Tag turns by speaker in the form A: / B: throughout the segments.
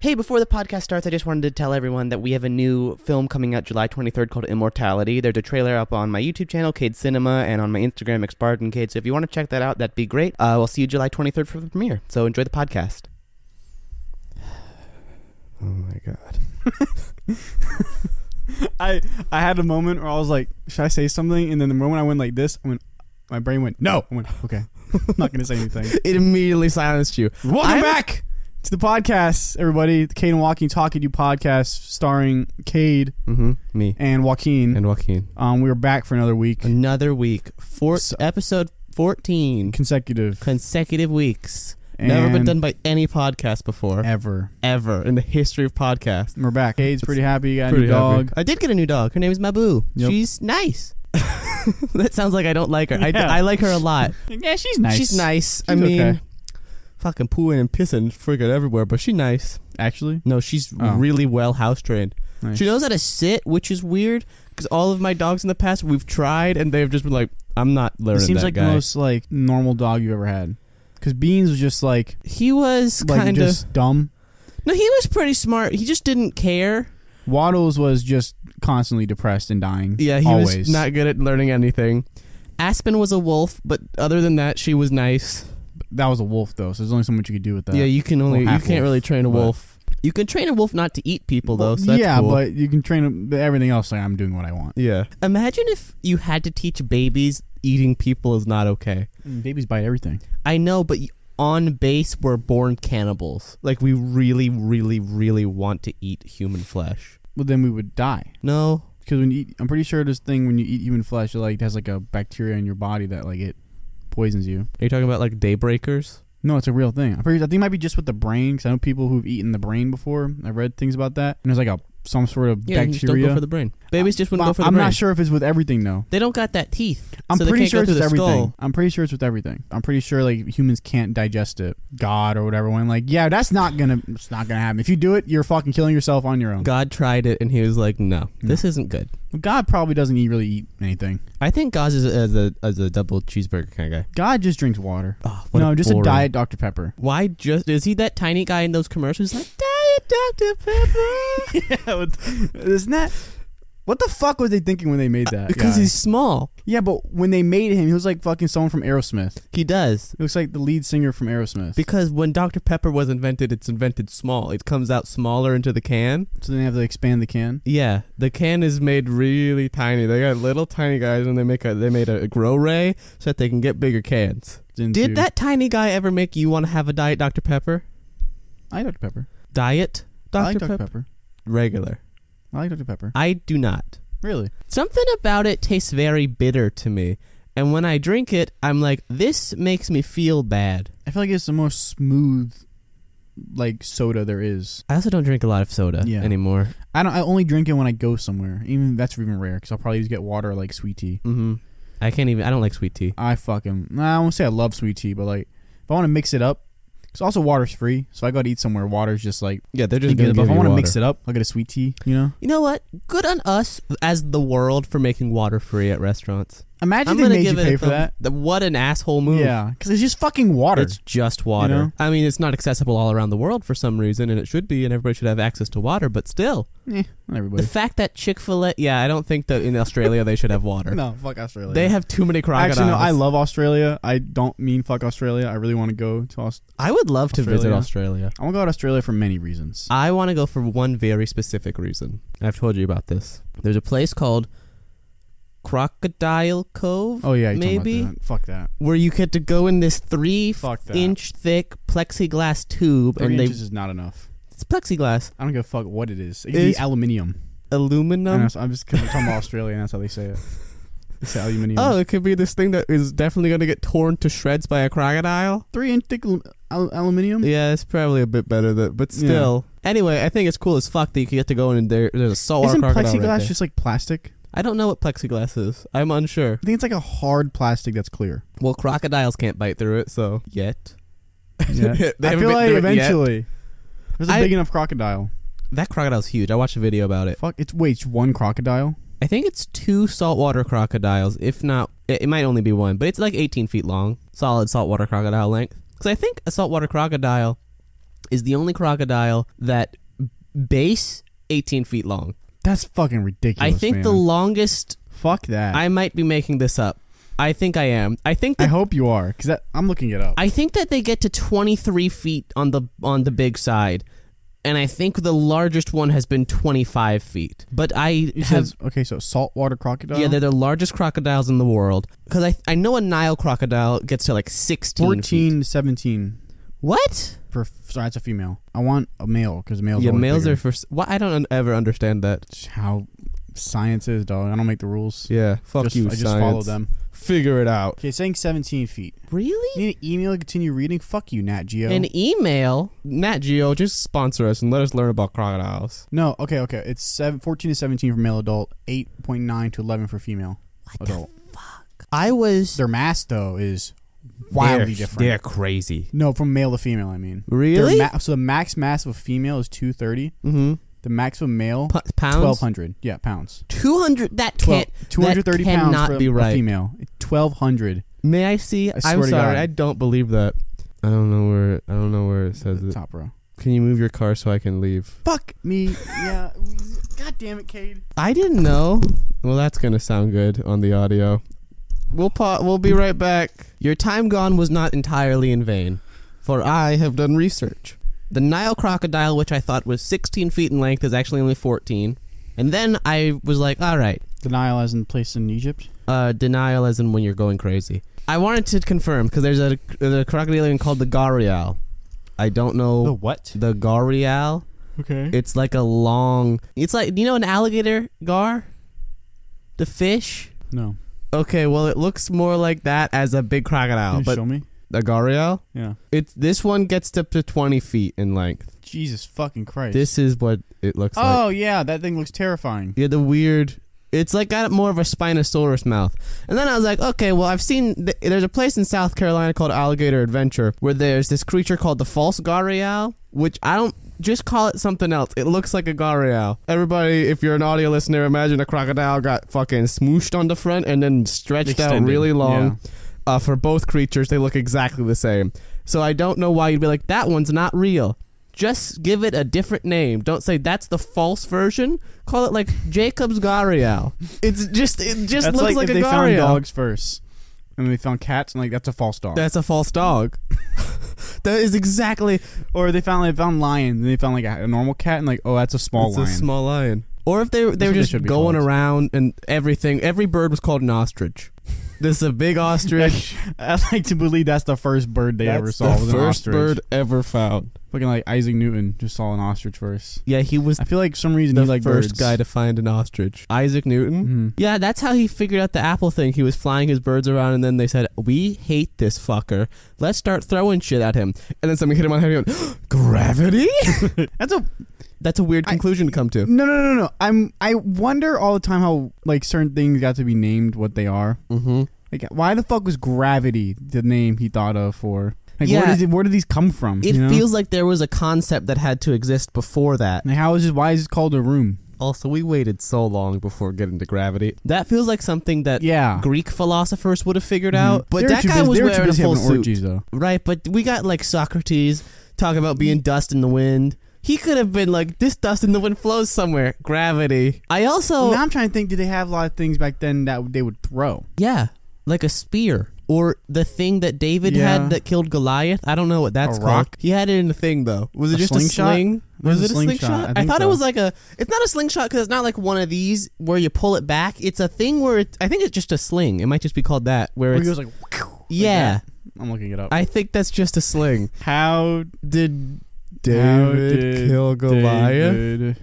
A: Hey, before the podcast starts, I just wanted to tell everyone that we have a new film coming out July 23rd called Immortality. There's a trailer up on my YouTube channel, Cade Cinema, and on my Instagram, Exparden Cade. So if you want to check that out, that'd be great. Uh, we'll see you July 23rd for the premiere. So enjoy the podcast. Oh my God.
B: I I had a moment where I was like, should I say something? And then the moment I went like this, I went, my brain went, no. I went, okay, I'm not gonna say anything.
A: It immediately silenced you.
B: Welcome
A: I'm-
B: back to the podcast, everybody. The Cade and Joaquin Talking You podcast, starring Cade
A: Mm-hmm. Me
B: and Joaquin.
A: and Joaquin.
B: um, we were back for another week,
A: Another week. Four,
B: So-
A: episode 14.
B: consecutive,
A: Consecutive weeks. Never been
B: And
A: done by any podcast before.
B: ever.
A: Ever in the history of podcasts.
B: We're back. Cade's pretty happy. You got a new
A: Pretty
B: dog.
A: happy. I did get a new dog. Her name is Mabu.
B: Yep.
A: She's nice. that sounds like I don't like her.
B: Yeah.
A: I, I like her a lot.
B: Yeah, she's nice.
A: She's nice. I
B: She's
A: mean,
B: okay.
A: fucking pooing and pissing freaking everywhere, but she's nice.
B: actually.
A: No, she's
B: Oh.
A: really well house trained.
B: Nice.
A: She knows how to sit, which is weird because all of my dogs in the past we've tried and they've just been like, "I'm not
B: It
A: learning."
B: seems
A: that
B: like
A: guy.
B: the most like normal dog you ever had. Because Beans was just like,
A: he was
B: like
A: kind of
B: just dumb.
A: no. He was pretty smart. He just didn't care.
B: Waddles was just constantly depressed and dying.
A: Yeah, he
B: always.
A: was not good at learning anything. Aspen was a wolf, but other than that, she was nice.
B: That was a wolf though, so there's only so much you could do with that.
A: Yeah, you can only you
B: Well, half
A: can't really
B: wolf,
A: train a
B: but-
A: wolf. You can train a wolf not to eat people though. So that's
B: yeah,
A: cool.
B: but you can train him- but everything else. Like I'm doing what I want.
A: yeah. Imagine if you had to teach babies eating people is not okay.
B: Mm, Babies bite everything.
A: I know, but y- on base we're born cannibals. Like we really, really, really want to eat human flesh.
B: Well, then we would die
A: No,
B: because when you eat, I'm pretty sure this thing when you eat human flesh, it like has like a bacteria in your body that like it poisons you.
A: are you talking about like daybreakers?
B: No, it's a real thing. I'm pretty. I think it might be just with the brain because I know people who've eaten the brain before. I've read things about that. And there's like a some sort of
A: Yeah, you just don't
B: bacteria.
A: go for the brain. Babies just wouldn't
B: But
A: go for the
B: Uh, I'm
A: brain.
B: not sure if it's with everything though.
A: They don't got that teeth.
B: I'm
A: so they
B: pretty
A: can't
B: sure
A: go
B: it's
A: through
B: with
A: the
B: everything.
A: skull.
B: I'm pretty sure it's with everything. I'm pretty sure like humans can't digest it. God or whatever. When like, yeah, that's not gonna, it's not gonna happen. If you do it, you're fucking killing yourself on your own. God,
A: God tried it and he was like, "No, this isn't good."
B: probably doesn't eat, really eat anything.
A: I think God is a, as a as a double cheeseburger kind of guy.
B: God just drinks water.
A: Oh,
B: no, just a diet Dr Pepper.
A: Why just is he that tiny guy in those commercials? Like diet Dr Pepper.
B: yeah, isn't that? What the fuck was they thinking when they made that?
A: because
B: guy?
A: he's small.
B: yeah, but when they made him, he was like fucking someone from Aerosmith.
A: He does.
B: He looks like the lead singer from Aerosmith.
A: Because when Dr Pepper was invented, it's invented small. It comes out smaller into the can.
B: so they have to expand the can.
A: Yeah, the can is made really tiny. They got little tiny guys, and they make a they made a grow ray so that they can get bigger cans.
B: Into,
A: Did that tiny guy ever make you want to have a diet Dr Pepper?
B: I like Dr Pepper.
A: Diet
B: I
A: Dr,
B: like
A: Pepper?
B: Dr Pepper.
A: regular.
B: I like Dr Pepper.
A: I do not.
B: Really?
A: Something about it tastes very bitter to me. And when I drink it, I'm like, this makes me feel bad.
B: I feel like it's the most smooth, like soda there is.
A: I also don't drink a lot of soda
B: Yeah.
A: anymore.
B: I don't. I only drink it when I go somewhere. Even that's even rare because I'll probably just get water or, like sweet tea.
A: hmm I can't even, I don't like sweet tea.
B: I fucking. Nah, I won't say I love sweet tea, but like if I want to mix it up, because also water's free, so I go to eat somewhere. Water's just like.
A: Yeah, they're
B: But if I want to mix it up, I'll get a sweet tea. You know.
A: You know what? Good on us as the world for making water free at restaurants.
B: Imagine
A: I'm
B: they
A: going to
B: made you
A: give it
B: pay
A: a
B: for
A: thumb-
B: that.
A: The, what an asshole move.
B: Yeah, because it's just fucking water.
A: It's just water.
B: know?
A: I mean, it's not accessible all around the world for some reason, and it should be, and everybody should have access to water, but still.
B: Eh, not everybody.
A: The fact that Chick fil A, yeah, I don't think that in Australia they should have water.
B: no, fuck Australia.
A: They have too many crocodiles.
B: Actually, no. I love Australia. I don't mean fuck Australia. I really want to go to Aus-
A: I would love to visit
B: Australia.
A: Australia.
B: I want to go to Australia for many reasons.
A: I want to go for one very specific reason. I've told you about this. There's a place called Crocodile Cove
B: Oh yeah, you
A: Maybe.
B: maybe fuck that.
A: where you get to go in this three
B: Fuck that.
A: inch thick plexiglass tube
B: Three
A: and they
B: inches is not enough.
A: it's plexiglass
B: I don't give a fuck what it is. It could
A: It's-
B: be aluminium. I
A: aluminum.
B: know, so I'm just because I'm talking about Australia and that's how they say it. It's aluminium.
A: Oh, it could be this thing that is definitely going to get torn to shreds by a crocodile.
B: three inch thick alu- al- aluminium.
A: Yeah, it's probably a bit better, than, but
B: Mm. Yeah.
A: still. Anyway, I think it's cool as fuck that you get to go in and there, there's a saltwater
B: Isn't
A: crocodile. right
B: plexiglass
A: there.
B: just like plastic?
A: I don't know what plexiglass is. I'm unsure.
B: I think it's like a hard plastic that's clear.
A: Well, crocodiles can't bite through it, so yet.
B: Yeah.
A: They
B: I
A: haven't been
B: feel like
A: through it yet.
B: eventually there's a
A: I-
B: big enough crocodile.
A: That crocodile's huge. I watched a video about it.
B: Fuck, it's wait, it's one crocodile.
A: I think it's two saltwater crocodiles, if not, it, it might only be one, but it's like 18 feet long, solid saltwater crocodile length. Because I think a saltwater crocodile is the only crocodile that base 18 feet long.
B: That's fucking ridiculous.
A: I think
B: man.
A: the longest.
B: fuck that. I,
A: I might be making this up. I think I am. I think that
B: hope you are because I'm looking it up.
A: I think that they get to 23 feet on the on the big side, and I think the largest one has been 25 feet. But I
B: It
A: have
B: says okay, so saltwater crocodile.
A: yeah, they're the largest crocodiles in the world because I I know a Nile crocodile gets to like 16. feet.
B: 14 to 17.
A: What?
B: For sorry, that's a female. I want a male because males.
A: yeah,
B: always
A: males
B: bigger.
A: are for. s- Why I don't un- ever understand that.
B: It's how science is, dog. I don't make the rules.
A: Yeah, fuck
B: just,
A: you.
B: I just
A: science.
B: follow them.
A: Figure it out.
B: Okay, saying 17 feet.
A: Really?
B: Need an email to continue reading? Fuck you, Nat Geo.
A: An email, Nat Geo, just sponsor us and let us learn about crocodiles.
B: no, okay, okay. It's seven, 14 to 17 for male adult, 8.9 to 11 for female adult.
A: I was
B: Their mass, though, is wildly different.
A: They're crazy.
B: No, from male to female, I mean. Their
A: Really?
B: ma- so the max mass of a female is 230.
A: mm-hmm.
B: The max of a male,
A: P- pounds.
B: 1,200. Yeah, pounds.
A: Two hundred. That
B: 12,
A: can't.
B: 230
A: that
B: pounds
A: cannot
B: for a-
A: be
B: a
A: right.
B: female. 1,200.
A: May I see?
B: I
A: am
B: swear to
A: sorry.
B: God.
A: I don't believe that. I don't know where. I don't know where it says it.
B: Top row.
A: Can you move your car so I can leave?
B: Fuck me. yeah. God damn it, Cade.
A: I didn't know. Well, that's gonna sound good on the audio. We'll pa- We'll be right back. Your time gone was not entirely in vain, for I have done research. The Nile crocodile, which I thought was 16 feet in length, is actually only 14. And then I was like, all right,
B: Denial as in place in Egypt.
A: uh, denial as in when you're going crazy. I wanted to confirm because there's a, there's a crocodilian called the Garial. I don't know
C: The what?
A: the Garial.
B: Okay.
A: It's like a long. It's like you know an alligator gar, the fish.
B: no.
A: Okay, well, it looks more like that as a big
B: Can
A: crocodile,
B: you
A: but
B: show me?
A: the Gariel.
B: Yeah.
A: It's this one gets up to twenty feet in length.
B: Jesus fucking Christ.
A: This is what it looks like.
B: oh, yeah. That thing looks terrifying.
A: Yeah, the weird. It's like got more of a spinosaurus mouth. And then I was like, okay, well, I've seen th- there's a place in South Carolina called Alligator Adventure where there's this creature called the false Garial, which I don't just call it something else. It looks like a Garial. Everybody, if you're an audio listener, imagine a crocodile got fucking smooshed on the front and then stretched out
C: Extended,
A: really long. uh, for both creatures, they look exactly the same. So I don't know why you'd be like, that one's not real. Just give it a different name. Don't say that's the false version. Call it like Jacob's Garial. It's just it just
B: That's
A: looks
B: like,
A: like,
B: if
A: a
B: they found
A: Garial.
B: dogs first and they found cats and like, that's a false dog.
A: That's a false dog. that is exactly
B: or they found like found lions and they found like a, a normal cat and like oh that's a small
A: it's
B: lion.
A: a small lion. Or if they they
B: That's
A: were
B: what they
A: just
B: should be
A: going
B: called.
A: around and everything, every bird was called an ostrich. This is a big ostrich.
B: I like to believe that's the first bird they ever
A: That's
B: saw
A: the
B: was an
A: first
B: ostrich.
A: bird ever found.
B: Fucking like Isaac Newton just saw an ostrich first.
A: Yeah, he was
B: I feel like for some reason
A: the
B: he like
A: first
B: birds.
A: guy to find an ostrich. Isaac Newton.
B: hmm
A: Yeah, that's how he figured out the apple thing. He was flying his birds around, and then they said, "We hate this fucker. Let's start throwing shit at him." And then somebody hit him on the head. and he went, Gravity?
B: That's a
A: That's a weird
B: I-
A: conclusion to come to.
B: no no no no. I'm I wonder all the time how like certain things got to be named what they are.
A: Mm-hmm.
B: Like why the fuck was gravity the name he thought of for? Like where
A: Yeah.
B: does it, where do these come from?
A: It
B: you know?
A: feels like there was a concept that had to exist before that.
B: Like, how is it? Why is it called a room?
A: Also, we waited so long before getting to gravity. That feels like something that
B: Yeah.
A: Greek philosophers would have figured out. Mm-hmm.
B: Mhm.
A: But
B: They were
A: that
B: too
A: guy
B: busy-
A: was
B: they were too
A: wearing a
B: busy
A: full
B: having
A: suit.
B: orgies though.
A: Right, but we got like Socrates talking about being dust in the wind. He could have been like, this dust in the wind flows somewhere. Gravity. I also,
B: now I'm trying to think. Did they have a lot of things back then that they would throw?
A: yeah, like a spear or the thing that David
B: Yeah.
A: had that killed Goliath. I don't know what that's
B: A
A: called.
B: rock?
A: He had it in a thing though. Was it
B: A
A: just
B: slingshot?
A: a sling?
B: It was a slingshot, I
A: I,
B: think
A: thought it
B: so.
A: was like a. It's not a slingshot because it's not like one of these where you pull it back. It's a thing where it, I think it's just a sling. It might just be called that. Where
B: Where
A: it's
B: he was like, like
A: yeah.
B: that. I'm looking it up.
A: I think that's just a sling.
B: how
A: Did
B: did
A: kill
B: David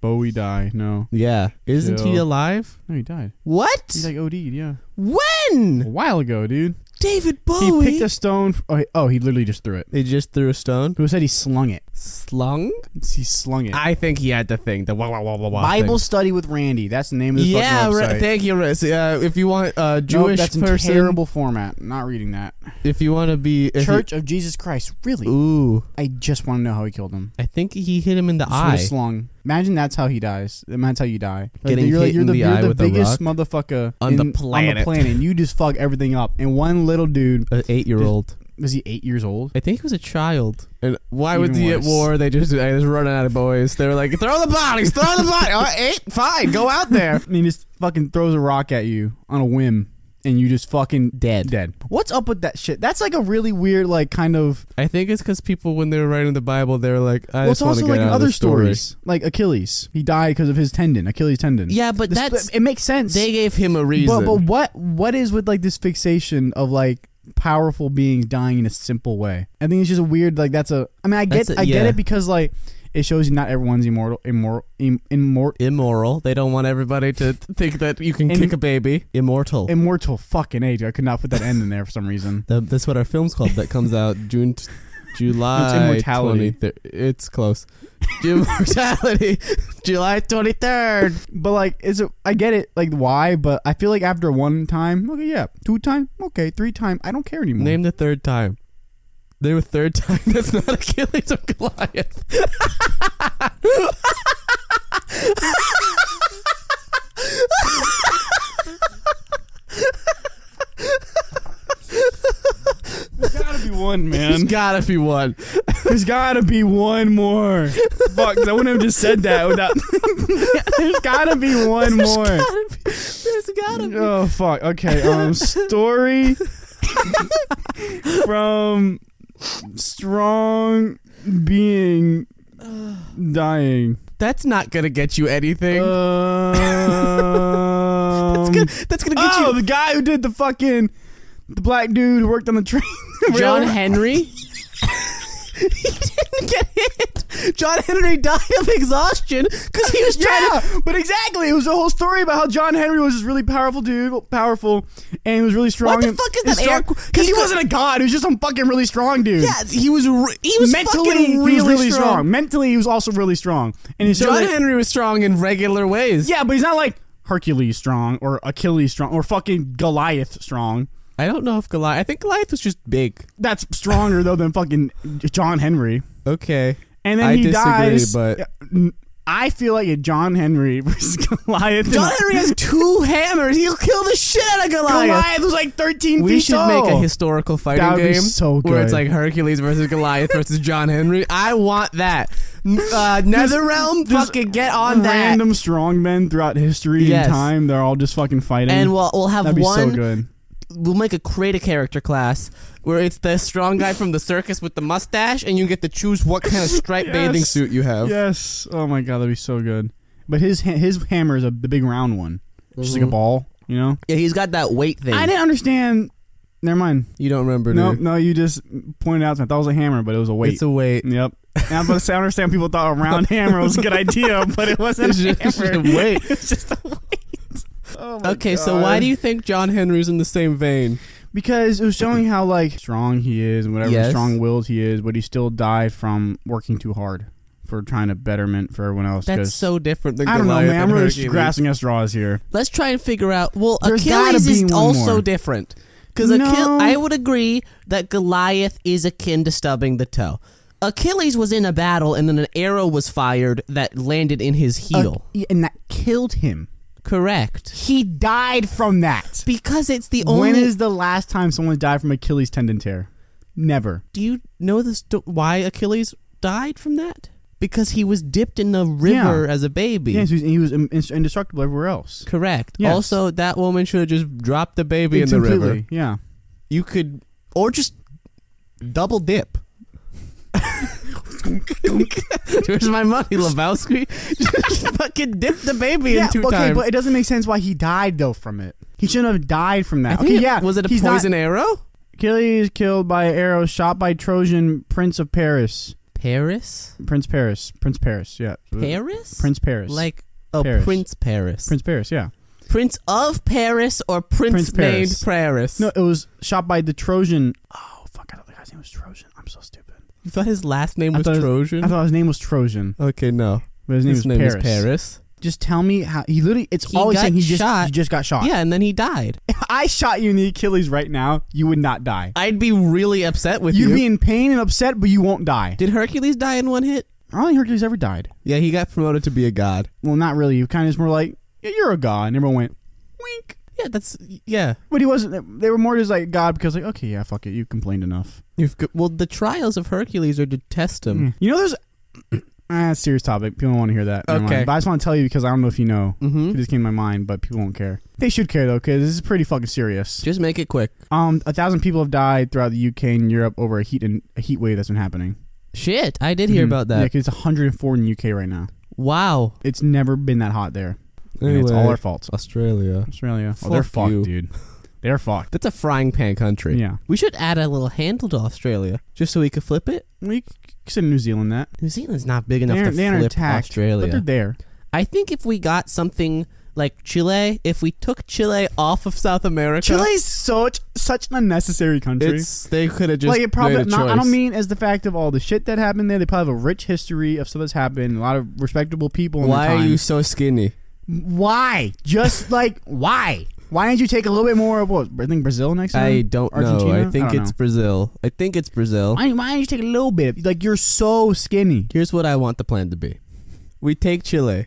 B: Bowie die? No,
A: Yeah. Isn't he
B: Kill-
A: alive?
B: no, he died.
A: What?
B: He's like OD'd. Yeah, a
A: when?
B: while ago, dude.
A: David
B: He
A: Bowie.
B: picked a stone. f- oh, he- oh, he literally just threw it.
A: they just threw a stone.
B: Who said he slung it?
A: Slung?
B: He slung it.
A: I think he had the thing. The wah wah wah wah wah. thing.
B: Bible study with Randy. That's the name of the
A: Yeah,
B: fucking
A: right.
B: website.
A: Thank you, Riz. Uh, if you want a
B: Nope,
A: Jewish
B: that's in
A: person,
B: terrible format. Not reading that.
A: if you want to be if you-
B: Church of Jesus Christ. Really?
A: ooh,
B: I just want to know how he killed him.
A: I think he hit him in the
B: Just would've
A: eye.
B: slung. Imagine that's how he dies. Imagine that's how you die. Like,
A: Getting
B: you're, like,
A: hit
B: you're
A: in
B: the,
A: the
B: you're
A: eye
B: the
A: with a
B: biggest
A: rock.
B: motherfucker
A: On the
B: in- on the
A: planet.
B: planet. and You just fuck everything up, and one little dude
A: An eight year old.
B: was he eight years old?
A: I think he was a child.
D: And why
B: Even
D: would the at
B: worse.
D: war? They just they just running out of boys. They were like, throw the bodies, throw the bodies. All right, eight, fine, go out there.
B: I mean, just fucking throws a rock at you on a whim, and you just fucking
A: Dead.
B: dead. What's up with that shit? That's like a really weird, like kind of.
D: I think it's because people when they were writing the Bible, they were like, I
B: well,
D: just
B: it's
D: want
B: also
D: to get
B: like in
D: out of
B: other
D: this story.
B: stories, like Achilles. He died because of his tendon, Achilles tendon.
A: Yeah, but
B: This-
A: that's
B: it makes sense.
A: they gave him.
D: Him a
B: but
D: reason.
B: but what what is with like this fixation of like powerful beings dying in a simple way? I think it's just weird. Like that's a. I mean, I get
A: That's a-
B: I get
A: yeah.
B: it because like it shows you not everyone's immortal, immortal, Im, immor-
D: immoral. They don't want everybody to think that you can
B: In-
D: kick a baby. Immortal.
B: immortal. Fucking age. I could not put that end in there for some reason.
D: Th- that's what our film's called. That comes out June, t- July. It's
B: immortality.
D: It's close. immortality. July twenty third.
B: But like, is it? I get it. Like why? But I feel like after one time, okay, yeah, two time, okay, three time, I don't care anymore.
D: Name the third time. Name a third time. That's not Achilles or Goliath.
B: There's gotta be one,
D: There's gotta be one.
B: There's gotta be one more. Fuck, I wouldn't have just said that without. There's gotta be one more.
D: There's gotta be.
B: Oh fuck. Okay. Um, story from strong being dying.
D: That's not gonna get you anything.
A: Uh,
B: Um,
D: that's, gonna, that's gonna get
B: oh, the guy who did the fucking the black dude who worked on the train.
D: you. John
B: railroad.
D: Henry.
A: Get hit. John Henry died of exhaustion because he was trying to.
B: Yeah, but exactly. It was a whole story about how John Henry was this really powerful dude, powerful, and he was really strong.
A: What the
B: and-
A: fuck is
B: and
A: that air-
B: strong- Because
A: he-
B: he, wasn't a god. He was just some fucking really strong dude.
A: Yeah, he was. Re- he was
B: Mentally,
A: fucking really,
B: he was really strong.
A: strong.
B: Mentally, he was also really strong. And he showed
D: John
B: that-
D: Henry was strong in regular ways.
B: Yeah, but he's not like Hercules strong or Achilles strong or fucking Goliath strong.
D: I don't know if Goliath. I think Goliath was just big.
B: That's stronger though than fucking John Henry.
D: Okay.
B: And then
D: I
B: he
D: disagree,
B: dies.
D: but-
B: Yeah, n- I feel like a John Henry versus Goliath.
A: John Henry has two hammers. He'll kill the shit out of Goliath.
B: Goliath was like 13 feet
D: We should
B: tall.
D: make a historical fighting
B: That would be
D: game
B: so
D: where it's
B: good.
D: like Hercules versus Goliath versus John Henry. I want that. N- Uh, Netherrealm,
B: just
D: fucking get on that.
B: Random strong men throughout history
D: Yes.
B: and time. They're all just fucking fighting.
A: and we'll we'll have
B: That'd be
A: one.
B: so good.
A: we'll make a create a character class
D: Where it's the strong guy from the circus with the mustache, and you get to choose what kind of striped
B: Yes.
D: bathing suit you have.
B: Yes. Oh my god, that'd be so good. But his ha- his hammer is a, the big round one, just like a
D: Mhm.
B: ball. You know.
A: Yeah, he's got that weight thing.
B: I didn't understand. Never mind.
D: You don't remember,
B: No,
D: dude.
B: no, you just pointed out to me. I thought it was a hammer, but it was a weight.
D: It's a weight.
B: yep. And I'm about to say, I understand people thought a round hammer was a good idea, but it wasn't a
D: It's
B: hammer.
D: a weight.
B: it's just a weight. Oh my
D: Okay, so why
B: God.
D: do you think John Henry's in the same vein?
B: Because it was showing how like strong he is and whatever
D: Yes.
B: strong-willed he is, but he still died from working too hard for trying to betterment for everyone else.
D: That's
B: 'cause-
D: so different than
B: I don't know,
D: Goliath
B: man. I'm
D: and
B: really
D: Hercules.
B: grasping at straws here.
A: Let's try and figure out. Well,
B: There's gotta
A: Achilles
B: be
A: is
B: one
A: also
B: more.
A: different because
B: No.
A: I would agree that Goliath is akin to stubbing the toe. Achilles was in a battle and then an arrow was fired that landed in his heel.
B: Uh, and that killed him.
A: Correct.
B: He died from that.
A: Because it's the only.
B: When is the last time someone died from Achilles tendon tear? Never.
A: Do you know the sto- why Achilles died from that? Because he was dipped in the river as a baby.
B: Yeah, so he was im- ins- indestructible everywhere else.
A: Correct.
B: Yes.
A: Also, that woman should have just dropped the baby
D: Be in the
B: Completely,
D: river.
B: Yeah.
D: You could, or just double dip. Where's my money, Lebowski? Just fucking dip the baby in two
B: okay,
D: times.
B: but it doesn't make sense why he died though from it. He shouldn't have died from that. Okay, yeah.
D: Was it a
B: he's
D: poison arrow?
B: Not, Achilles killed by arrow, shot by Trojan prince of Paris.
A: Paris?
B: Prince Paris. Prince Paris. Yeah.
A: Paris?
B: Prince Paris.
A: Like, oh,
B: Paris.
A: Prince Paris.
B: Prince Paris. Yeah.
A: Prince of Paris or Prince,
B: Prince
A: named
B: Paris.
A: Paris?
B: No, it was shot by the Trojan. Oh fuck! I thought the guy's name was Trojan. I'm so stupid.
A: You thought his last name
B: I
A: was
B: thought it was-
A: Trojan?
B: I thought his name was Trojan,
A: Oh,
D: Okay, no.
B: but his name,
D: His
B: was, Paris.
D: is Paris.
B: Just tell me how he literally. It's
A: He
B: all he's
A: got
B: saying. He just
A: shot.
B: he just got shot.
A: Yeah, and then he died.
B: If I shot you in the Achilles right now, you would not die.
A: I'd be really upset with
B: You'd
A: you.
B: be in pain and upset, but you won't die.
A: Did Hercules die in one hit?
B: I don't think Hercules ever died.
D: Yeah, he got promoted to be a god.
B: Well, not really. You kind of just more like yeah, you're a god, and everyone went wink.
A: Yeah, that's yeah.
B: But he wasn't. They were more just like God because like okay, yeah, fuck it, you complained enough. Mm.
A: You've got, well, the trials of Hercules are to test him.
B: You know, there's ah serious topic. People don't want to hear that. Never mind.
A: Okay.
B: but I just want to tell you because I don't know if Mm. you know. It
A: Mm-hmm.
B: just came to my mind, but people won't care. They should care though, because this is pretty fucking serious.
A: Just make it quick.
B: Um, a thousand people have died throughout the UK and Europe over a heat and a heat wave that's been happening.
A: Shit, I did hear
B: Mhm.
A: about
B: Yeah,
A: that.
B: 'cause it's 104 in UK right now.
A: Wow.
B: It's never been that hot there. And it's all
D: Anyway,
B: our fault.
D: Australia.
B: Australia. Oh, they're
D: Fuck
B: fucked,
D: you.
B: dude. They're fucked.
A: That's a frying pan country.
B: Yeah.
A: We should add a little handle to Australia just so we could flip it.
B: We c- consider New Zealand that.
A: New Zealand's not big enough
B: They're,
A: to
B: they aren't
A: flip
B: attacked, but they're
A: Australia.
B: there.
A: I think if we got something like Chile, if we took Chile off of South America,
B: Chile's such such an unnecessary country.
D: It's they could have just
B: like it probably
D: made a
B: not, I
D: choice.
B: don't mean as the fact of all the shit that happened there. They probably have a rich history of stuff that's happened. A lot of respectable people. In
D: Why
B: their
D: are
B: time.
D: you so skinny?
B: Why? Just like why? Why didn't you take a little bit more of what? I think Brazil next time.
D: I don't know.
B: Argentina?
D: I think
B: don't
D: it's
B: know.
D: Brazil. I think it's Brazil.
B: Why, why didn't you take a little bit? Like you're so skinny.
D: Here's what I want the plan to be. We take Chile,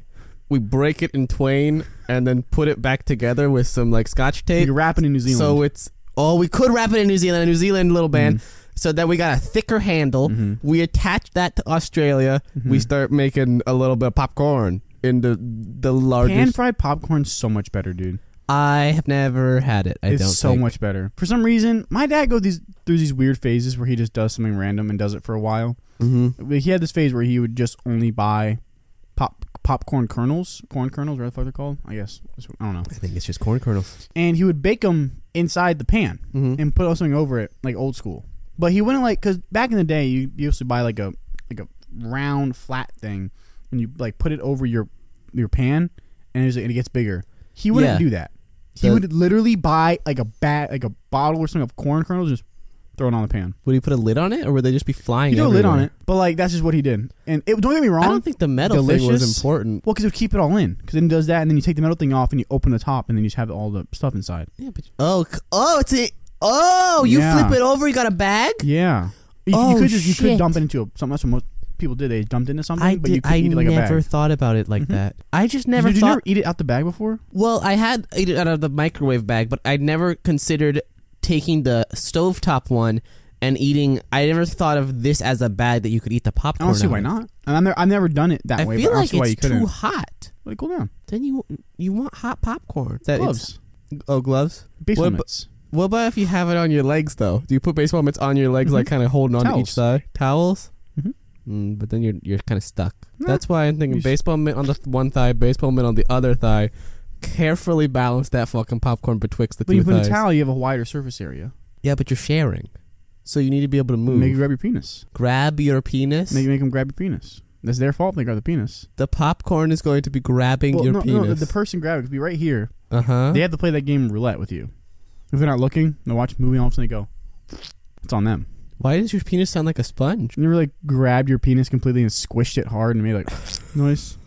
D: we break it in twain, and then put it back together with some like scotch tape.
B: You're rapping in New Zealand.
D: So it's
A: oh, we could wrap it in New Zealand, a New Zealand little band,
B: Mm-hmm.
A: so that we got a thicker handle.
B: Mhm.
A: We attach that to Australia.
B: Mm-hmm.
D: we start making a little bit of popcorn in the the largest
B: pan fried popcorn's so much better, dude.
A: I have never had it. I
B: it's
A: don't
B: so
A: think.
B: much better. For some reason, my dad goes these through these weird phases where he just does something random and does it for a while.
D: Mm-hmm.
B: He had this phase where he would just only buy pop popcorn kernels, corn kernels, whatever the fuck they're called. I guess That's what- I don't know.
A: I think it's just corn kernels.
B: And he would bake them inside the pan.
A: Mm-hmm.
B: and put something over it, like old school. But he wouldn't like because back in the day, you, you used to buy like a like a round flat thing, and you like put it over your your pan, and it, was, and it gets bigger. He wouldn't
A: Yeah.
B: do that. He
A: So-
B: would literally buy like a bat, like a bottle or something of corn kernels, just throw it on the pan.
A: Would you put a lid on it, or would they just be flying?
B: He threw a
A: everywhere?
B: lid on it, but like that's just what he did. And it don't get me wrong,
A: I don't think the metal thing was
B: Delicious.
A: important.
B: well, because it would keep it all in. Because then it does that, and then you take the metal thing off, and you open the top, and then you just have all the stuff inside.
A: Yeah, but oh, c- oh, it's a oh, you
B: Yeah.
A: flip it over, you got a bag.
B: Yeah. You, you
A: Oh,
B: could just you
A: shit.
B: could dump it into a, something. That's what most people did. They dumped it into something,
A: I
B: but you
A: did.
B: could
A: I
B: eat it like
A: never
B: a bag. Mm-hmm.
A: thought about it like that. I just never
B: did you
A: thought.
B: never eat it out the bag before?
A: well, I had ate it out of the microwave bag, but I never considered taking the stovetop one and eating. I never thought of this as a bag that you could eat the
B: I
A: popcorn.
B: don't see
A: out
B: why
A: of.
B: not. And I've never, I've never done it that
A: I
B: way.
A: feel
B: but
A: like
B: I don't see why you
A: it's
B: couldn't.
A: too hot.
B: Let it cool down.
A: Then you you want hot popcorn.
D: that it's-
B: Gloves,
D: oh gloves.
B: baseball
D: what ab-
B: mitts.
D: What about if you have it on your legs though? Do you put baseball mitts on your legs, like kind of holding on to
B: Towels.
D: each side? Mm-hmm. Towels.
B: Mhm.
D: Mm, but then you're you're kind of stuck.
B: Nah.
D: That's why I'm thinking
B: You sh-
D: baseball mitt on the th- one thigh, baseball mitt on the other thigh. Carefully balance that fucking popcorn betwixt the
B: But
D: two
B: you put
D: thighs.
B: a towel, you have a wider surface area.
A: Yeah, but you're sharing, so you need to be able to move.
B: Make you grab your penis.
A: grab your penis.
B: Make make them grab your penis. That's their fault. They grab the penis.
D: The popcorn is going to be grabbing
B: Well,
D: your
B: no, no,
D: penis.
B: the, the person grabbed it could be right here.
D: uh huh.
B: They have to play that game roulette with you. If they're not looking, they watch a movie. and All of a sudden, they go. It's on them.
D: Why does your penis sound like a sponge?
B: You never like grabbed your penis completely and squished it hard and made like noise.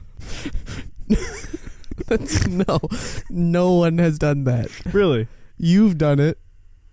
D: That's no, no one has done that.
B: Really?
D: You've done it,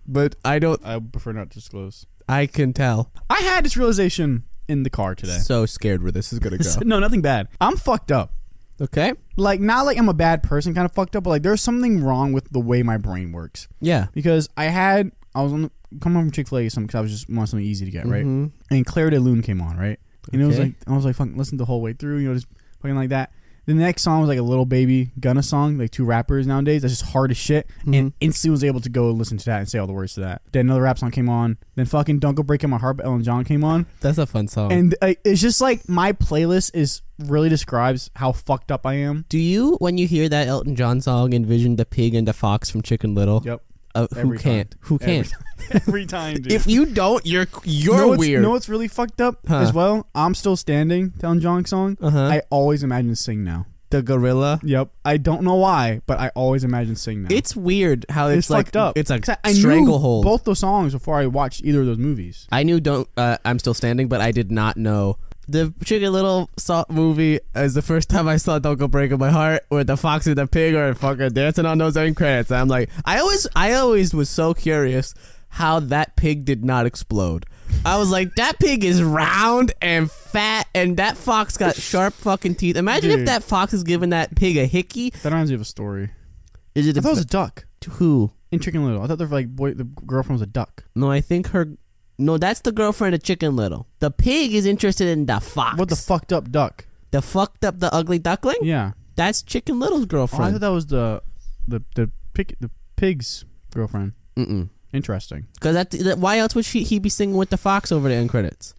D: but I don't.
B: I prefer not to disclose.
D: I can tell.
B: I had this realization in the car today.
D: So scared where this is gonna go.
B: no, nothing bad. I'm fucked up.
D: okay.
B: Like not like I'm a bad person kind of fucked up, but like there's something wrong with the way my brain works.
D: Yeah.
B: Because I had I was on the, coming from Chick Fil A something because I was just wanting something easy to get right,
D: Mhm.
B: and Claire de Lune came on right, and it was
D: Okay.
B: like I was like fucking listen the whole way through, you know, just fucking like that. The next song was like a little baby Gunna song, like two rappers nowadays. That's just hard as shit.
D: Mhm.
B: and instantly was able to go listen to that and say all the words to that. Then another rap song came on. Then fucking "Don't Go Breaking My Heart" by Ellen John came on,
D: That's a fun
A: Oh.
D: song.
B: and uh, it's just like my playlist is really describes how fucked up I am.
A: Do you, when you hear that Elton John song, envision the pig and the fox from Chicken Little?
B: Yep.
A: Uh, who
B: Every
A: can't? Who
B: Every
A: can't?
B: time. Every time, dude.
A: If you don't, you're you're
B: know what's-
A: weird.
B: Know what's really fucked up
D: Huh.
B: as well? I'm still standing. Telling John song.
D: uh huh.
B: I always imagine sing now.
D: The gorilla.
B: Yep. I don't know why, but I always imagine sing now.
D: It's weird how it's,
B: It's
D: like
B: fucked up.
D: it's like
B: 'Cause I- I knew
D: stranglehold.
B: both those songs before I watched either of those movies.
D: I knew don't uh, I'm still standing, but I did not know the Chicken Little saw movie is the first time I saw Don't Go Breaking My Heart where the fox and the pig are fucking dancing on those end credits. I'm like, I always I always was so curious how that pig did not explode. I was like, that pig is round and fat, and that fox got sharp fucking teeth. Imagine if
B: Dude.
D: that fox is giving that pig a hickey.
B: That reminds me of a story.
A: Is it
B: I
A: a
B: thought it was a duck
A: who?
B: in Chicken Little. I thought the like boy, the girlfriend was a duck.
A: No, I think her. No, that's the girlfriend of Chicken Little. The pig is interested in the fox.
B: What the fucked up duck?
A: The fucked up the ugly duckling.
B: Yeah,
A: That's Chicken Little's
B: oh, I
A: girlfriend.
B: thought that was the the the pig the pig's girlfriend.
A: Mm-mm.
B: Interesting.
A: Because that, that why else would she he be singing with the fox over the end credits?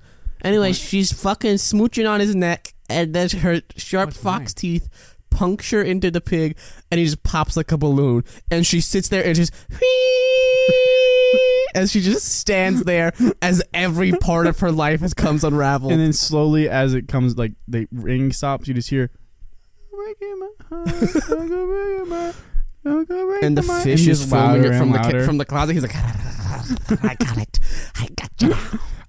A: Anyway, she's fucking smooching on his neck, and then her sharp
B: What's
A: fox
B: mine?
A: teeth puncture into the pig, and he just pops like a balloon, and she sits there and just. As she just stands there, as every part of her life has comes unraveled.
B: And then slowly, as it comes, like the ring stops, you just hear. "Breaking my heart, don't go breaking my- don't go breaking
A: and the
B: my-"
A: fish
B: just
A: is filming
B: louder
A: it
B: and
A: from the ki-
B: louder.
A: from the closet. He's like, I got it, I got you.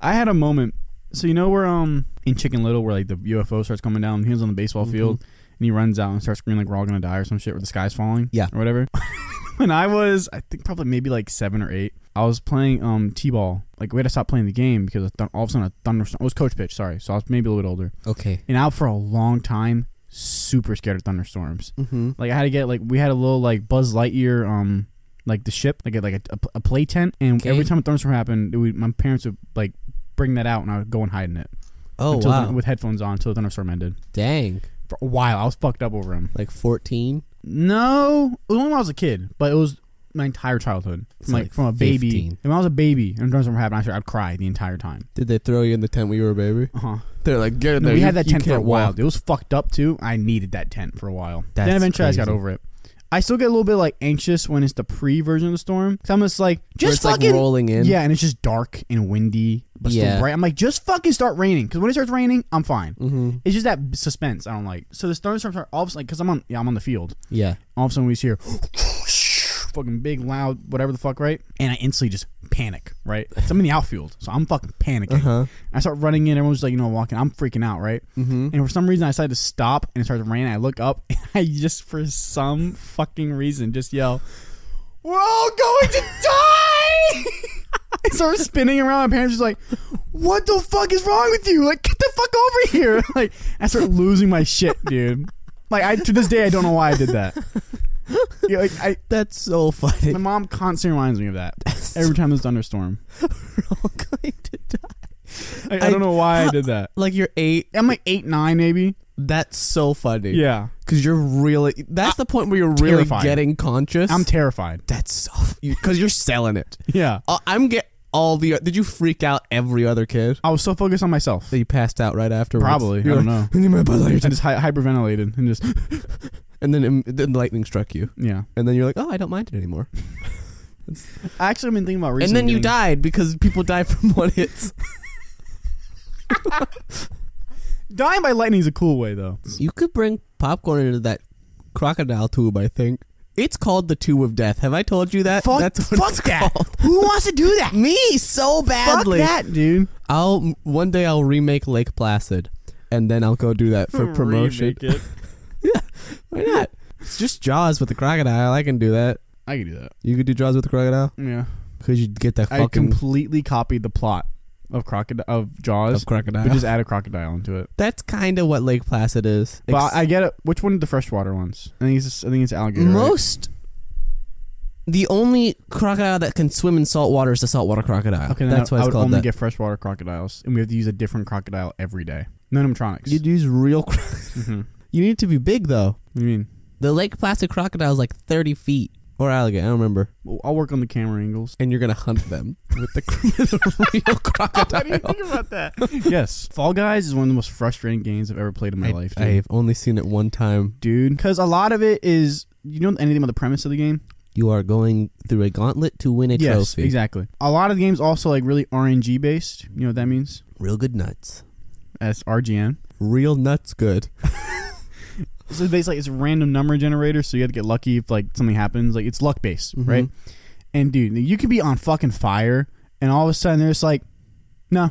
B: I had a moment. So you know where um in Chicken Little where like the UFO starts coming down, he was on the baseball
A: Mm-hmm.
B: field and he runs out and starts screaming like we're all gonna die or some shit where the sky's falling.
A: Yeah.
B: Or whatever. when I was I think probably maybe like seven or eight, I was playing um T ball. Like we had to stop playing the game because of thun- all of a sudden a thunderstorm it was coach pitch, sorry. So I was maybe a little bit older.
A: Okay.
B: And out for a long time, super scared of thunderstorms.
A: Mm-hmm.
B: Like I had to get like we had a little like Buzz Lightyear um like the ship like a, like a, a, pl- a play tent and
A: Okay.
B: every time a thunderstorm happened it would, my parents would like bring that out and I would go and hide in it
A: Oh
B: until
A: wow!
B: the, with headphones on until the thunderstorm ended
A: Dang,
B: for a while I was fucked up over him
A: like fourteen.
B: no it was only when I was a kid but it was my entire childhood
A: So,
B: from like,
A: like,
B: from a baby
A: 15.
B: and when I was a baby and a thunderstorm happened I sure I'd cry the entire time
A: Did they throw you in the tent when you were a baby?
B: uh huh
A: They're like, get in
B: no,
A: there.
B: we
A: you-
B: had that
A: you
B: tent for a
A: can't
B: while
A: walk."
B: it was fucked up too I needed that tent for a while
A: That's
B: then eventually I just got
A: crazy.
B: over it. I still get a little bit like anxious when it's the pre version of the storm. So I'm just like,
A: Where
B: just
A: it's, like
B: fucking
A: rolling in.
B: yeah, and it's just dark and windy, but
A: Yeah.
B: still bright. I'm like, just fucking start raining because when it starts raining, I'm fine.
A: Mm-hmm.
B: It's just that suspense I don't like. So the thunderstorms are all of a sudden because I'm on yeah I'm on the field.
A: Yeah.
B: All of a sudden we just hear fucking big loud whatever the fuck right, and I instantly just panic right. So I'm in the outfield, so I'm fucking panicking.
A: Huh.
B: I start running in. Everyone's like, you know, walking. I'm freaking out, right? Mm-hmm. And for some reason, I decided to stop and it started raining. I look up and I just, for some fucking reason, just yell, "We're all going to die!" I start spinning around. My parents just like, "What the fuck is wrong with you? Like, get the fuck over here!" Like, I start losing my shit, dude. Like, I to this day, I don't know why I did that. Yeah, like, I,
A: That's so funny.
B: my mom constantly reminds me of that every time there's a thunderstorm.
A: We're all going to die.
B: I, I don't know why I did that.
A: Like you're eight.
B: I'm like eight, nine, maybe.
A: That's so funny.
B: Yeah.
A: Because you're really. That's the point where you're really
B: Terrifying.
A: getting conscious.
B: I'm terrified.
A: that's so. Because you, are selling it.
B: Yeah.
A: Uh, I'm get all the. Did you freak out every other kid?
B: I was so focused on myself.
A: That you passed out right afterwards.
B: Probably. I
A: You're
B: don't
A: like,
B: know.
A: "I need my Bud Light."
B: I just hy- hyperventilated and just,
A: And then, um, then lightning struck you,
B: yeah.
A: and then you're like, "Oh, I don't mind it anymore."
B: I actually have been thinking about recently.
A: and then you
B: getting-
A: died because people die from one hits.
B: Dying by lightning is a cool way, though.
A: You could bring popcorn into that crocodile tube, I think. It's called the tube of death. Have I told you that?
B: Fuck- fuck that.
A: Who wants to do that? Me so badly.
B: Fuck that, dude.
A: I'll one day I'll remake Lake Placid and then I'll go do that for promotion.
B: Remake it.
A: Why not? It's just Jaws with the crocodile. I can do that.
B: I can do that.
A: You could do Jaws with the crocodile?
B: Yeah.
A: Could you get that
B: I
A: fucking
B: completely copied the plot of crocodile of Jaws,
A: of crocodile?
B: but just add a crocodile into it.
A: That's kind of what Lake Placid is.
B: But
A: Ex-
B: I I get it. Which one of the freshwater ones? I think it's just, I think it's alligator. right?
A: most the only crocodile that can swim in salt water is the saltwater crocodile.
B: Okay, then
A: That's
B: I,
A: why
B: I
A: it's
B: would
A: called
B: only
A: that.
B: get freshwater crocodiles, and we have to use a different crocodile every day. Menomatronics.
A: You'd use real. Cro-
B: mm-hmm.
A: you need to be big though.
B: What do you mean?
A: The Lake Placid crocodile is like thirty feet or alligator. I don't remember.
B: Well, I'll work on the camera angles.
A: And you're gonna hunt them with the, cr- the real crocodile.
B: about that? yes, Fall Guys is one of the most frustrating games I've ever played in my
A: I,
B: life, dude.
A: I've only seen it one time.
B: dude, because a lot of it is you know anything about the premise of the game.
A: You are going through a gauntlet to win a
B: yes,
A: trophy.
B: exactly. A lot of the games also like really RNG based. You know what that means?
A: Real good nuts.
B: As RGN.
A: Real nuts good.
B: So basically, it's a random number generator, so you have to get lucky if like something happens. Like it's luck based,
A: Mhm.
B: right? And dude, you could be on fucking fire, and all of a sudden they're just like, no,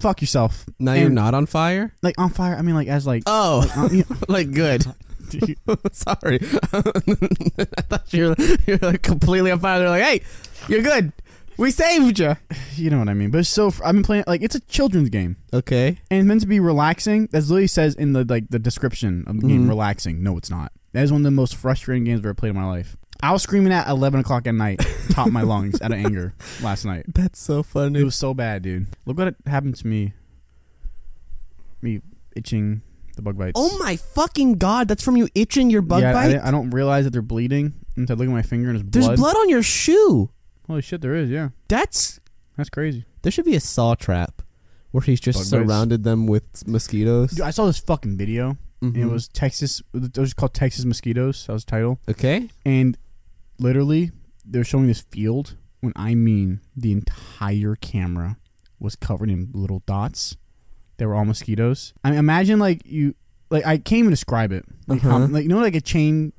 B: fuck yourself.
A: Now
B: And-
A: you're not on fire.
B: Like on fire. I mean, like as like.
A: Oh,
B: uh, you
A: like good.
B: dude.
A: Sorry. I thought you were, you were like completely on fire. They're like, hey, you're good. We saved you.
B: you know what I mean. But it's so I've been playing like it's a children's game
A: Okay.
B: and it's meant to be relaxing. That's literally says in the like the description of the game,
A: Mhm.
B: relaxing. No, it's not. That is one of the most frustrating games I've ever played in my life. I was screaming at eleven o'clock at night, top of my lungs, out of anger last night.
D: That's so
B: It
D: funny.
B: was so bad, dude. Look what happened to me. Me itching the bug bites.
A: Oh my fucking god! That's from you itching your bug
B: yeah, I-
A: bite.
B: I, I don't realize that they're bleeding until I look at my finger and it's
A: There's
B: blood.
A: blood on your shoe.
B: Holy shit, there is. Yeah,
A: That's
B: that's crazy.
A: there should be a saw trap where he's just
B: Bug bites.
A: surrounded them with mosquitoes.
B: Dude, I saw this fucking video. And it
A: Mhm.
B: was Texas. It was called Texas mosquitoes. That was the title.
A: okay.
B: And literally, they're showing this field. When I mean the entire camera was covered in little dots. They were all mosquitoes. I mean, imagine like you, like I can't even describe it. Like, how-
A: Uh-huh.
B: like you know, like a chain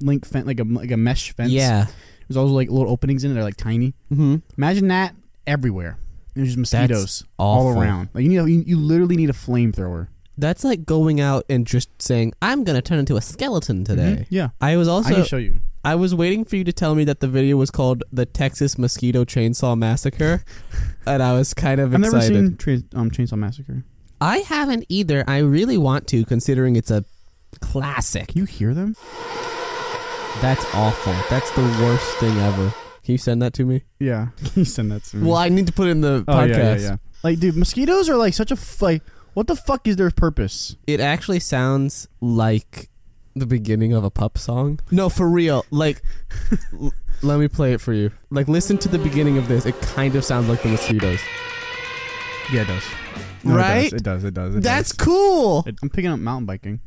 B: link fence, like a like a mesh fence.
A: Yeah.
B: there's always like little openings in it. They're like tiny.
A: Mm-hmm.
B: Imagine that everywhere. There's just mosquitoes all
A: awful.
B: around. Like you need, you, you literally need a flamethrower
A: That's like going out and just saying, "I'm gonna turn into a skeleton today."
B: Mhm. Yeah,
A: I was
B: I
A: also
B: can show you.
A: I was waiting for you to tell me that the video was called "The Texas Mosquito Chainsaw Massacre," and I was kind of
B: I've never
A: excited.
B: seen Trans- um, Chainsaw Massacre.
A: I haven't either. I really want to, considering it's a classic.
B: Can you hear them?
A: That's awful. That's the worst thing ever. Can you send that to me?
B: Yeah, you send that to me.
A: Well, I need to put it in the
B: Mm-hmm. oh,
A: podcast.
B: yeah, yeah, yeah. Like, dude, mosquitoes are like such a f- like. What the fuck is their purpose?
A: It actually sounds like the beginning of a pup song. No, for real. Like, l- let me play it for you. Like, listen to the beginning of this. It kind of sounds like the mosquitoes.
B: Yeah, it does.
A: Right?
B: It does. It does. It does. it
A: That's
B: does.
A: cool.
B: It- I'm picking up mountain biking.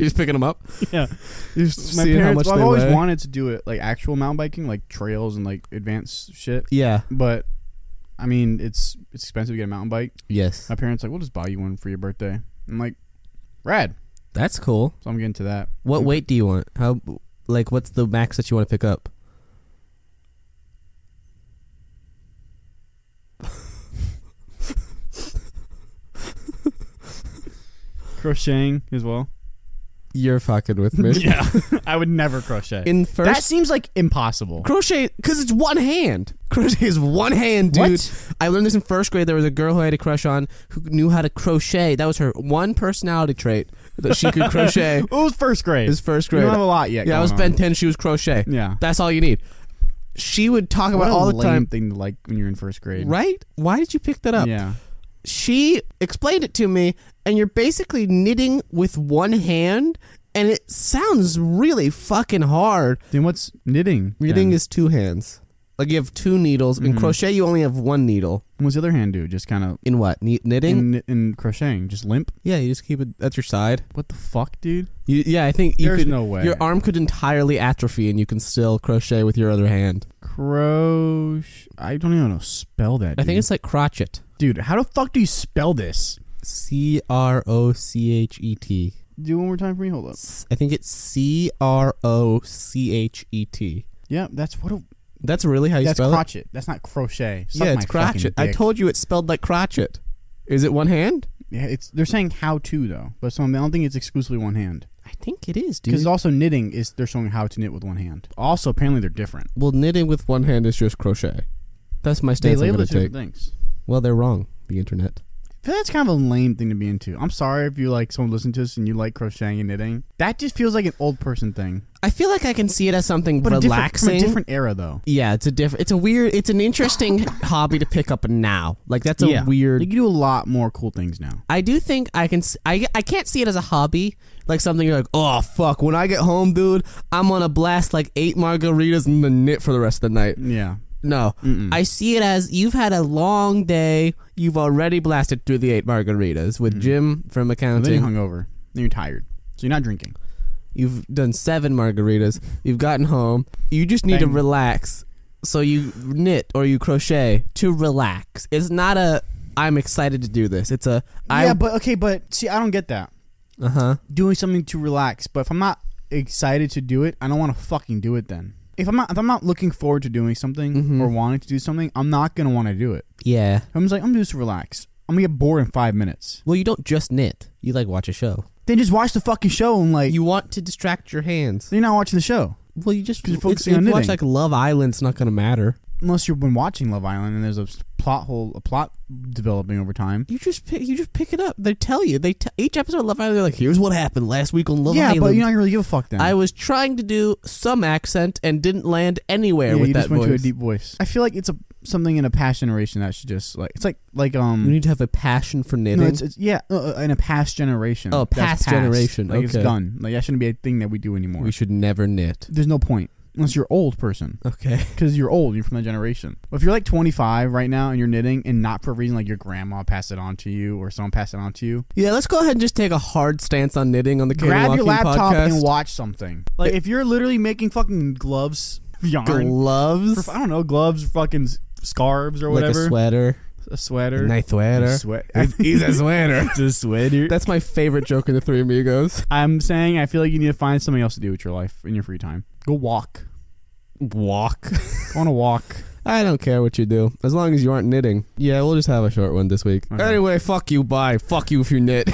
A: You're just picking them up.
B: Yeah,
A: You're just
B: my
A: seeing
B: parents.
A: how much
B: well,
A: they
B: I've always
A: weigh.
B: wanted to do it, like actual mountain biking, like trails and like advanced shit.
A: yeah.
B: But I mean, it's it's expensive to get a mountain bike.
A: Yes.
B: My parents like, we'll just buy you one for your birthday. I'm like, rad.
A: That's cool.
B: So I'm getting to that.
A: What weight do you want? How like what's the max that you want to pick up?
B: Crocheting as well.
A: You're fucking with me.
B: yeah, I would never crochet.
A: In first
B: that seems like impossible.
A: crochet because it's one hand. Crochet is one hand, dude. I learned this in first grade. There was a girl who I had a crush on who knew how to crochet. That was her one personality trait that she could crochet.
B: It was first grade.
A: Is first
B: We
A: grade.
B: don't have a lot yet.
A: yeah, I
B: going
A: was
B: on.
A: Ben Ten. She was crochet.
B: Yeah.
A: That's all you need. She would talk
B: What
A: about
B: a
A: all the
B: lame
A: time.
B: thing to like when you're in first grade.
A: Right? Why did you pick that up?
B: Yeah.
A: she explained it to me and you're basically knitting with one hand and it sounds really fucking hard
B: Then what's knitting?
A: knitting
B: then?
A: is two hands like you have two needles in
B: Mhm.
A: crochet you only have one needle
B: what's the other hand do? Just kind of
A: in what Kni- knitting
B: in, in crocheting, just limp.
A: yeah you just keep it at your side
B: What the fuck, dude?
A: you, yeah i think you
B: There's
A: could
B: no way.
A: your arm could entirely atrophy and you can still crochet with your other hand
B: crochet. I don't even know how to spell that.
A: i
B: dude.
A: think it's like crotchet
B: dude. How the fuck do you spell this?
A: c-r-o-c-h-e-t
B: Do it one more time for me. Hold up.
A: E S- i think it's c-r-o-c-h-e-t
B: Yeah, that's what. A,
A: E that's really how you
B: that's
A: spell it
B: crotchet. That's not crochet. Suck
A: yeah,
B: my
A: it's crotchet.
B: fucking
A: I
B: dick.
A: told you it's spelled like crotchet. Is it one hand?
B: Yeah, it's they're saying how to though, but so I don't think it's exclusively one hand.
A: I think it is,
B: Because
A: dude.
B: also knitting is they're showing how to knit with one hand. Also, apparently they're different.
A: well, knitting with one hand is just crochet. That's my stance
B: they
A: I'm going
B: label it
A: to take.
B: different things.
A: Well, they're wrong, the internet.
B: I feel that's kind of a lame thing to be into. I'm sorry if you like someone listening to this and you like crocheting and knitting. That just feels like an old person thing.
A: I feel like I can see it as something
B: But a different, from
A: relaxing.
B: a different era though.
A: yeah, it's a different. It's a weird. It's an interesting hobby to pick up now. Like that's a
B: Yeah. You
A: weird.
B: can do a lot more cool things now.
A: I do think I can. s- I I can't see it as a hobby. Like something you're like, oh fuck. When I get home, dude, I'm gonna blast like eight margaritas and then knit for the rest of the night.
B: Yeah.
A: No,
B: Mm-mm.
A: I see it as you've had a long day. You've already blasted through the eight margaritas
B: Mm-hmm.
A: with Jim from
B: And then you're
A: accounting.
B: hungover. Then you're tired. So you're not drinking.
A: you've done seven margaritas. You've gotten home. You just need to
B: Bang.
A: relax. So you knit or you crochet to relax. It's not a I'm excited to do this. It's a I
B: yeah, but okay, but see, I don't get that.
A: uh huh.
B: doing something to relax. But if I'm not excited to do it, I don't want to fucking do it then. If I'm not if I'm not looking forward to doing something
A: Mhm.
B: or wanting to do something, I'm not gonna want to do it.
A: Yeah.
B: I'm just like, I'm just relax. I'm gonna get bored in five minutes.
A: Well, you don't just knit. You like watch a show.
B: Then just watch the fucking show and like you,
A: You want to distract your hands.
B: are not watching the show.
A: Well, you just
B: 'Cause you're
A: it's-
B: focusing
A: if
B: on
A: you watch
B: knitting.
A: like Love Island. It's not gonna matter.
B: unless you've been watching Love Island and there's a s- plot hole, a plot developing over time.
A: You just pick, you just pick it up. They tell you. They t- each episode of Love Island. They're like, here's what happened last week on Love
B: yeah,
A: Island.
B: but you're not gonna really give a fuck then.
A: I was trying to do some accent and didn't land anywhere
B: yeah,
A: with
B: you
A: that
B: just went to a
A: voice.
B: deep voice. I feel like it's a something in a past generation that should just like it's like like um
A: you need to have a passion for knitting.
B: No, it's, it's yeah, uh, uh, in a past generation.
A: Oh,
B: That's
A: past generation,
B: Like it's
A: okay.
B: done. Like that shouldn't be a thing that we do anymore.
A: we should never knit.
B: There's no point unless you're old person
A: Okay.
B: because you're old. You're from that generation. But if you're like 25 right now and you're knitting and not for a reason like your grandma passed it on to you or someone passed it on to you,
A: Yeah, let's go ahead and just take a hard stance on knitting on the Kane
B: grab your
A: Walking
B: laptop
A: podcast.
B: and watch something. Like if you're literally making fucking gloves, yarn,
A: gloves,
B: for, I don't know, gloves, fucking s- scarves or
A: like a
B: whatever,
A: sweater,
B: a sweater,
A: night sweater.
B: sweat.
A: He's a sweater.
B: It's a sweater.
A: That's my favorite joke in the Three Amigos.
B: I'm saying I feel like you need to find something else to do with your life in your free time. Go walk.
A: Walk.
B: Go on a walk.
A: I don't care what you do, as long as you aren't knitting. Yeah, we'll just have a short one this week.
B: Okay.
A: Anyway, fuck you. Bye. Fuck you if you knit.